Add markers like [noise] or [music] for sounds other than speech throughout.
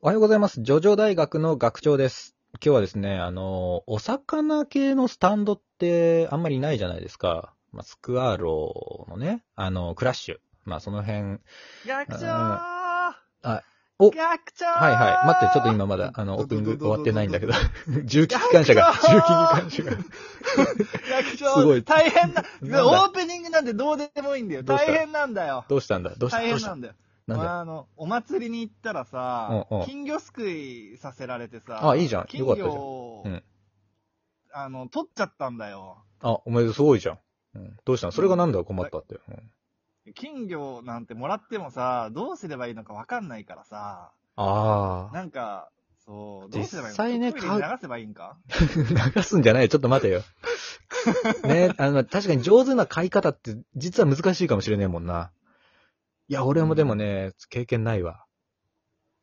おはようございます。ジョジョ大学の学長です。今日はですね、あの、お魚系のスタンドってあんまりないじゃないですか。まあ、スクワローのね、あの、クラッシュ。まあ、その辺。学長あお学長はいはい。待って、ちょっと今。今まだ、あの、オどープニングど終どわってないんだけどど。 [laughs] 重機関車が、やっちゃ重機ー関車が。学すごい長大変だなんだオープニングなんてどうでもいいんだよ。どうし大た変なんだよ。どうしたんだどうした大どう変しなたんだよ。なんだ俺あの、お祭りに行ったらさ、うんうん金魚すくいさせられてさ、あ、いいじゃん。金よか魚ったじゃん。を、うんあの、取っちゃったんだよ。あ、おめでとう、すごいじゃん。うんどうしたのそれがなんだ困ったって。うん金魚なんてもらってもさ、どうすればいいのかわかんないからさ、ああ。なんか、そう、どうすればいいの実際ねトイレに流せばいいんか流すんじゃないよ。ちょっと待 [laughs] てよ。ね、あの、確かに上手な買い方って実は難しいかもしれねえもんな。いや、俺もでもね、経験ないわ。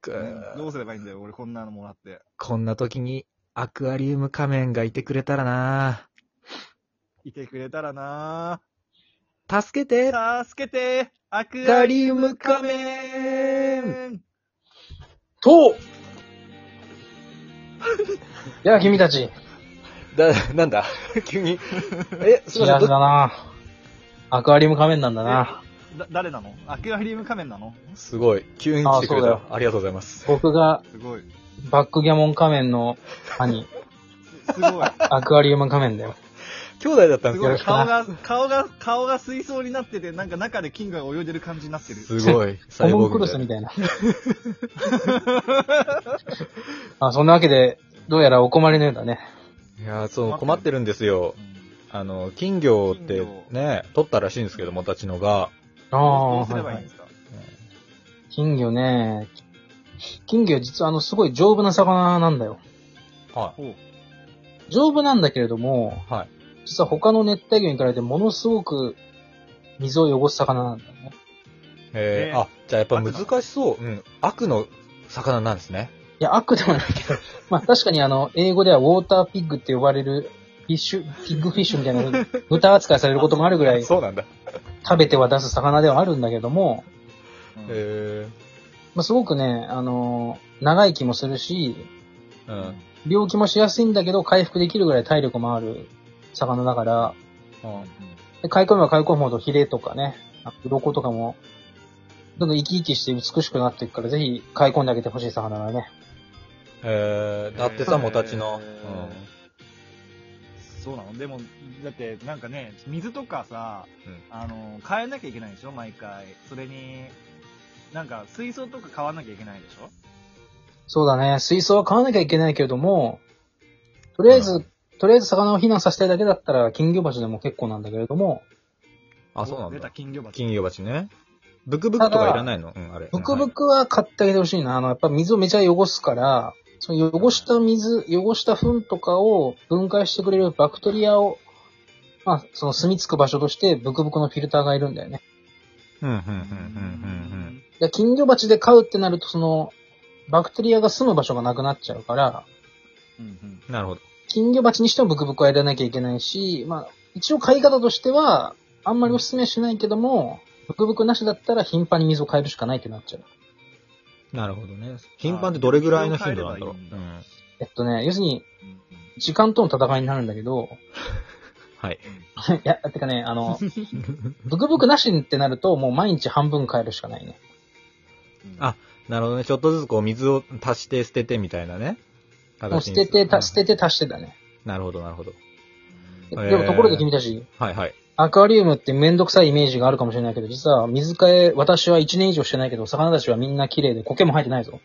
くうんどうすればいいんだよ、俺こんなのもらって。こんな時にアクアリウム仮面がいてくれたらないてくれたらな助けてアぁ。助けてアククアアリリウム仮仮面面 [laughs] とやあ、君たち、だ、なんだ [laughs] 急に。え、すい知まらせずんどだ。な。アクアリウム仮面なんだな。だ、誰なのアクアリウム仮面なのすごい。急に来てくれあたそう。ありがとうございます。僕がすごい。バックギャモン仮面の [laughs] 兄、すすごい。アクアリウム仮面だよ。兄弟だったんすですごい。け顔が、顔が、顔が水槽になってて、なんか中で金魚が泳いでる感じになってる。ど。すご [laughs] い。コサイモボンークグロみスたいみな。たいな。 [laughs] あそんなわけで、どうやらお困りのようだね。いやー、そう、困ってるんですよ。うんあの、金魚ってね、取ったらしいんですけども、たちのが。あどあ、うすはれいばはいんいいで。すか金魚ね。金魚実はあの、すごい丈夫な魚なんだよ。はほう。丈夫なんだけれども、い。はい。実は他の熱帯魚に比べてものすごく水を汚す魚なんだよね。えー、ねあ、じゃあやっぱ難しそう。うん。悪の魚なんですね。いや、悪ではないけ [laughs] ど、まあ確かにあの、英語ではウォーターピッグって呼ばれる、フィッシュ、ピッグフィッシュみたいな、豚扱いされることもあるぐらい、食そうなんだ。べては出す魚ではあるんだけども、うんへまあすごくね、あのー長生きもするし、え。うん。病気もしやすいんだけど、回復できるぐらい体力もある魚だから、うんで買い込めば買い込むほどヒレとかね、あ鱗とかも、どんどん生き生きして美しくなっていくから、ぜひ買い込んであげてほしい魚だね。えー、だってさ、もたちの。えーそうなのでも、だって、なんかね、水とかさ、うんあの、変えなきゃいけないでしょ毎回。それに、なんか、水槽とか買わなきゃいけないでしょそうだね。水槽は買わなきゃいけないけれども、とりあえず、うとりあえず魚を避難させたいだけだったら、金魚鉢でも結構なんだけれども、あ、そうなおん出ただ。金魚鉢。金魚鉢ね。ブクブクとかいらないのうん、あれ。ブクブクは買ってあげてほしいな。あの、やっぱ水をめちゃ汚すから、その汚した水、汚した糞とかを分解してくれるバクテリアを、まあ、その住み着く場所として、ブクブクのフィルターがいるんだよね。うん。うん、うん、うん、ううん、で金魚鉢で飼うってなると、その、バクテリアが住む場所がなくなっちゃうから、うんうん。うん。なるほど。金魚鉢にしてもブクブクはやらなきゃいけないし、まあ、一応買い方としては、あんまりおすすめはしないけども、ブクブクなしだったら頻繁に水を変えるしかないってなっちゃう。なるほどね。頻繁ってどれぐらいの頻度なんだろう。うあーん。えっとね、要するに、うんうん時間との戦いになるんだけど、 [laughs] はい。いや、てかね、あの、ブクブクなしってなると、もう毎日半分変えるしかないね。うんあなるほどね。ちょっとずつこう、水を足して捨ててみたいなね。もう捨てて、た捨てて。て足してだね。なるほど、なるほど。でへーでもところで君たち、はい、はい。アクアリウムってめんどくさいイメージがあるかもしれないけど、実は水替え、私は1年以上してないけど、魚たちはみんな綺麗で、苔も生えてないぞ。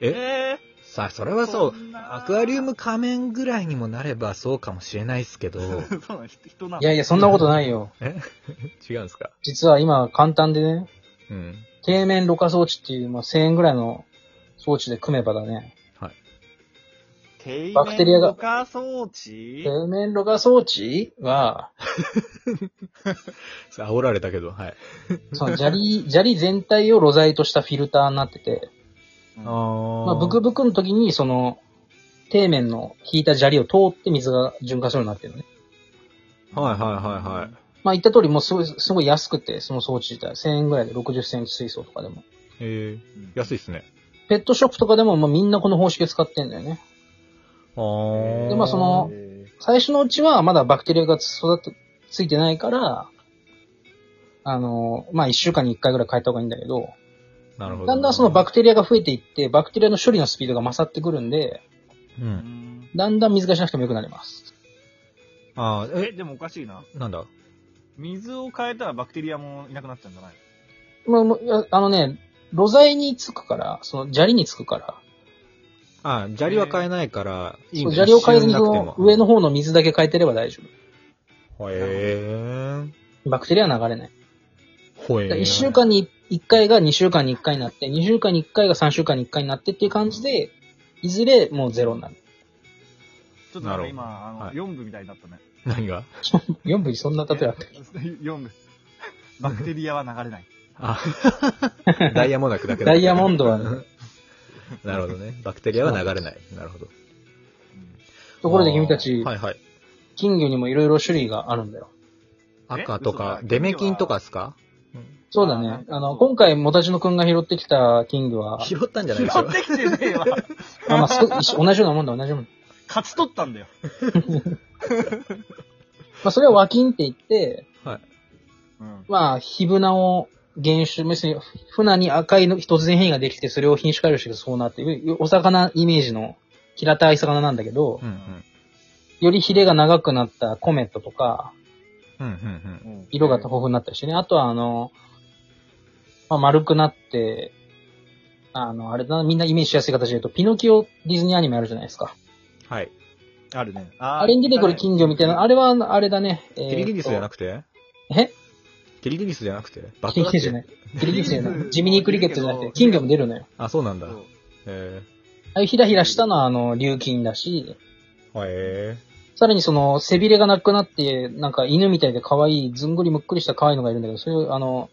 ええさあ、それはそう。んなアクアリウム仮面ぐらいにもなればそうかもしれないです [laughs] けど、そうなの、人人なの。いやいや、そんなことないよ。 [laughs] 違うんですか実は今、簡単でね、うん。底面ろ過装置っていう、まあ、1000円ぐらいの装置で組めばだね。バクテリア底面ろが過装置底面ろ過装置は、さあ煽られたけど、はい。 [laughs] その砂利、 [laughs] 砂利全体を露材としたフィルターになってて、うんあまあ、ブクブクの時に、その、底面の引いた砂利を通って水が循環するようになってるのね。はいはいはいはい。まあ、言った通り、もうすごい、すごい安くて、その装置自体、1000円ぐらいで60センチ水槽とかでも。えー、安いっすね。結ペットショップとかでも、まあ、みんなこの方式使ってんだよね。ああ。でまあその最初のうちはまだバクテリアが育って、ついてないから、あの、まあ、一週間に一回ぐらい変えた方がいいんだけど、なるほど。だんだんそのバクテリアが増えていって、バクテリアの処理のスピードが勝ってくるんで、う。うんん。だんだん水がしなくても良くなります。ああ、え、え、でもおかしいな。なんだ水を変えたらバクテリアもいなくなっちゃうんじゃないまあもういや、あのね、露材につくから、その砂利につくから、ああ、砂利は変えないから、いいんそうだ砂利を変えずに一そ瞬なくのても上の方の水だけ変えてれば大丈へえ。夫。バクテリアは流れない。ほえだ1週間に1回が2週間に1回になって、2週間に1回が3週間に1回になってっていう感じで、いずれもうゼロになる。ちょっとなんかな今、あるほどの、はい4部みたいになったね。何が4分そんな例えあったっけ4部。バクテリアは流れない。 [laughs] あ、ダイヤモンドだけだけダイヤモンドはね [laughs] なるほどね。バクテリアは流れない。なるほど。うんところで君たちあー、はいはい。金魚にもいろいろ種類があるんだよ。赤と嘘かだ、デメキンとかですかそうだあーね。あそうの、今回、もたちのくんが拾ってきた金魚は、拾ったんじゃない拾でしょってきてねえわ。あまあ、す一緒同じようなもんだ、同じようなもん。勝ち取ったんだよ。まあ、それは和金って言って、うん。まあ、ヒブナを原種、別に、船に赤いの突然変異ができて、それを品種改良してそうなっていう、お魚イメージの平たい魚なんだけどう、んうん。よりヒレが長くなったコメットとか、うんうんうん色が豊富になったりしてね。あとは、あの、まあ、丸くなって、あの、あれだな、みんなイメージしやすい形で言うと、ピノキオディズニーアニメあるじゃないですか。うん。はい。あるね。あーあれに出てくる金魚みたいな、あれは、あれだね。えキリギリスじゃなくくてて。えキリギリスじゃなくてバキリギリスじゃない。キリギリスじ [laughs] ゃない。ジミニークリケットじゃなくて、金魚も出るのよ。あ、そうなんそだ。うへああいうひらひらしたのは、あの、琉金だし、え。へえ。さらにその、背びれがなくなって、なんか犬みたいで可愛い、ずんぐりむっくりした可愛いのがいるんだけど、そういう、あの、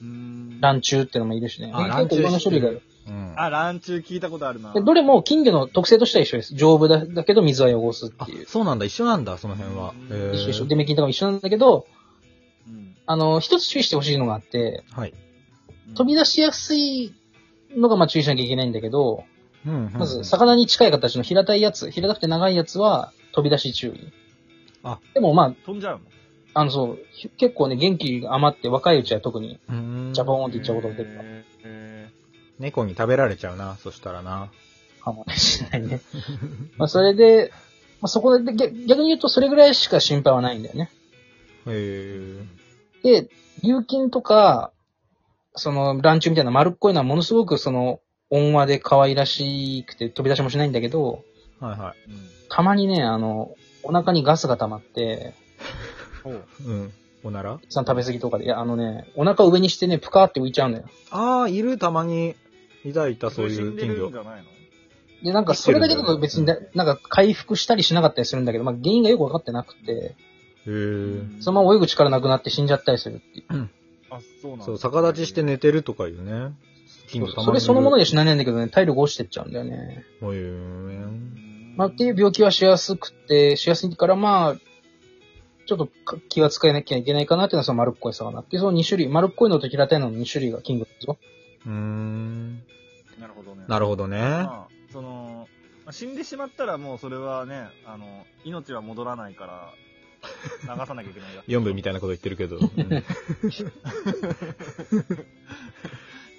うーんランチューってのもいるしね。あ結構いろんな種類があランる。うん。あ、ランチュー聞いたことあるな。でどれも金魚の特性としては一緒です。丈夫だだけど水は汚すっあていう。、そうなんだ。一緒なんだ、その辺は。うんへー一緒一緒。デメキンとかも一緒なんだけど、うんあの、一つ注意してほしいのがあって、はい。飛び出しやすいのがまあ注意しなきゃいけないんだけど、うんうんうんまず、魚に近い形の平たいやつ、平たくて長いやつは飛び出し注意。あでもま飛んじゃうのあ、あのそう、ひ結構ね、元気が余って若いうちは特に、うーんジャボーンっていっちゃうことが出るへー猫に食べられちゃうな、そしたらな。かもしれないね。 [laughs] まあ、それで、まあ、そこで、げ逆に言うとそれぐらいしか心配はないんだよね。へえ。で、流金とか、その、ランチューみたいな丸っこいのはものすごくその、温和で可愛らしくて飛び出しもしないんだけど、はいはい。うんたまにね、あの、お腹にガスが溜まって、ほううん。おならさん食べ過ぎとかで、いや、あのね、お腹を上にしてね、ぷかーって浮いちゃうのよ。ああ、いる、たまに。いたいた、そういう金死んでる魚んじ。ゃないので、なんかそれだけだと別にだ生きてるんだよねなんか回復したりしなかったりするんだけど、まあ原因がよくわかってなくて、へえ。そのまま泳ぐ力なくなって死んじゃったりするっていう。あ、そうなんだそう、逆立ちして。寝てるとかいうね。金魚たまにいる。それそのものには死なないんだけどね、体力落ちてっちゃうんだよね。へうえ。んまあっていう病気はしやすくて、しやすいからまあ、ちょっとか気は使えなきゃいけないかなっていうのはその丸っこい魚っていう、その2種類、丸っこいのと平たいのの2種類がキングですよ。うーん。なるほどね。なるほどね。。まあ、その、まあ死んでしまったらもうそれはね、あの、命は戻らないから、流さなきゃいけない4部みたいなこと言ってるけど。うん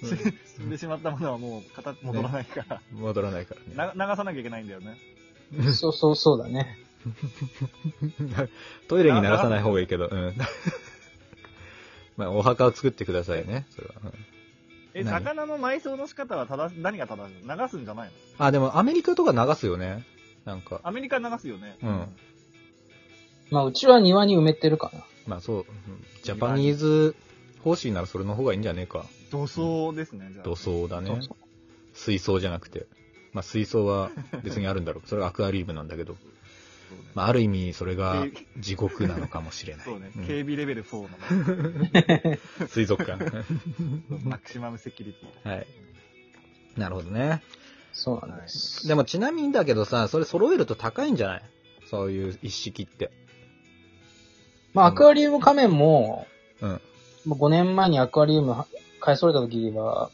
死死んでしまったものはもう形戻らないから、戻らないからね。な流さなきゃいけないんだよね。そうそうそうだね。トイレにならさない方がいいけど。うん。 [laughs] まあ、お墓を作ってくださいね。それは。うんえ、何魚の埋葬の仕方は正し、何が正しいの流すんじゃないのあ、でもアメリカとか流すよね。なんか。アメリカ流すよね。うんまあうちは庭に埋めてるかな。まあそう、うんジャパニーズ方針ならそれの方がいいんじゃねえか。土葬ですね、じゃあ。土葬だそねう。そう水槽じゃなくて。まあ水槽は別にあるんだろ [laughs] う。それはアクアリウムなんだけど。そうね。まあある意味それが地獄なのかもし [laughs] れない。そうねう。ん警備レベル4の、水族 [laughs] 館。 [laughs] マキシマムセキュリティ。はい。なるほどね。そうなんです。でもちなみにだけどさ、それ揃えると高いんじゃないそういう一式って。まあ、アクアリウム仮面も、うん。もう5年前にアクアリウム買い揃えた時は、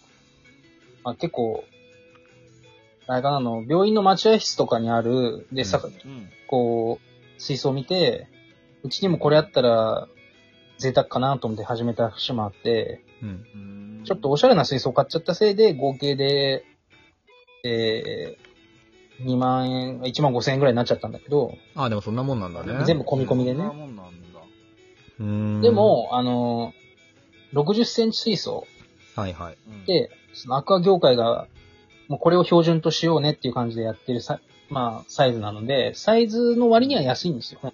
まあ、結構あれかな、あの、病院の待合室とかにある、で、さ、うん。こう、水槽を見て、うちにもこれあったら、贅沢かなと思って始めた節もあって、うん。うんちょっとおしゃれな水槽買っちゃったせいで、合計で、えー、2万円、1万5千円ぐらいになっちゃったんだけど、ああ、でもそんなもんなんだね。全部込み込みでねそんなもんなんだ。うーんで、も、あの、60センチ水槽はいはい。うん、で、そのアクア業界が、もうこれを標準としようねっていう感じでやってるさ、まあ、サイズなので、サイズの割には安いんですよ。う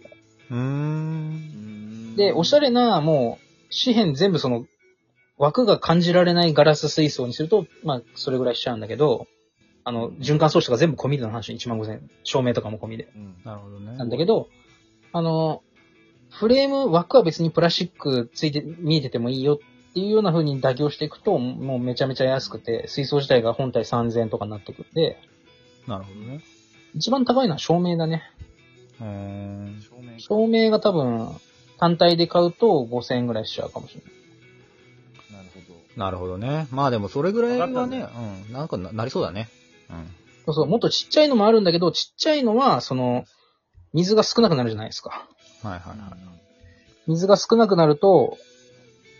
ーん。で、おしゃれ。れな、もう、紙幣全部その、枠が感じられないガラス水槽にすると、まあ、それぐらいしちゃうんだけど、あの、循環装置とか全部込みでの話、1万5000円。照明とかも込みで。うん。なるほどね。なんだけど、あの、フレーム、枠は別にプラスチックついて、見えててもいいよっていうような風に妥協していくと、もうめちゃめちゃ安くて、水槽自体が本体3000円とかになってくんで、なるほどね。一番高いのは照明だね。うーん。照明か。照明が多分、単体で買うと5000円ぐらいしちゃうかもしれない。なるほど。なるほどね。まあでもそれぐらいはね、わうん。なんかななりそうだね。うん。そうそう、もっとちっちゃいのもあるんだけど、ちっちゃいのは、その、水が少なくなるじゃないですか。はいはいはい。水が少なくなると、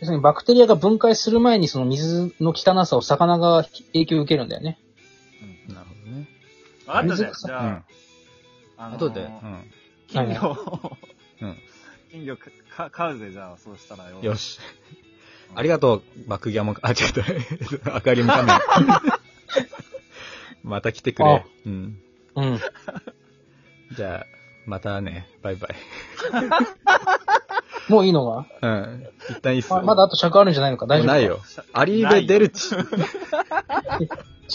要するにバクテリアが分解する前にその水の汚さを魚が影響を受けるんだよね。なるほどね。あとね、水じうんゃあ、。あのーあとで、うん。金魚をうん、 [laughs] 金魚かか買うぜ、じゃあ、そうしたらよ。よし。うんありがとう、バックギャモン、あ、違 [laughs] った。アクアリウム仮面。 [laughs] また来てくあれ。うん。うん。じゃあ、またね、バイバイ。もういいのうがん。一旦いいっすままだあと尺あるんじゃないのか大丈夫かないよ。アリーベ・デルチ。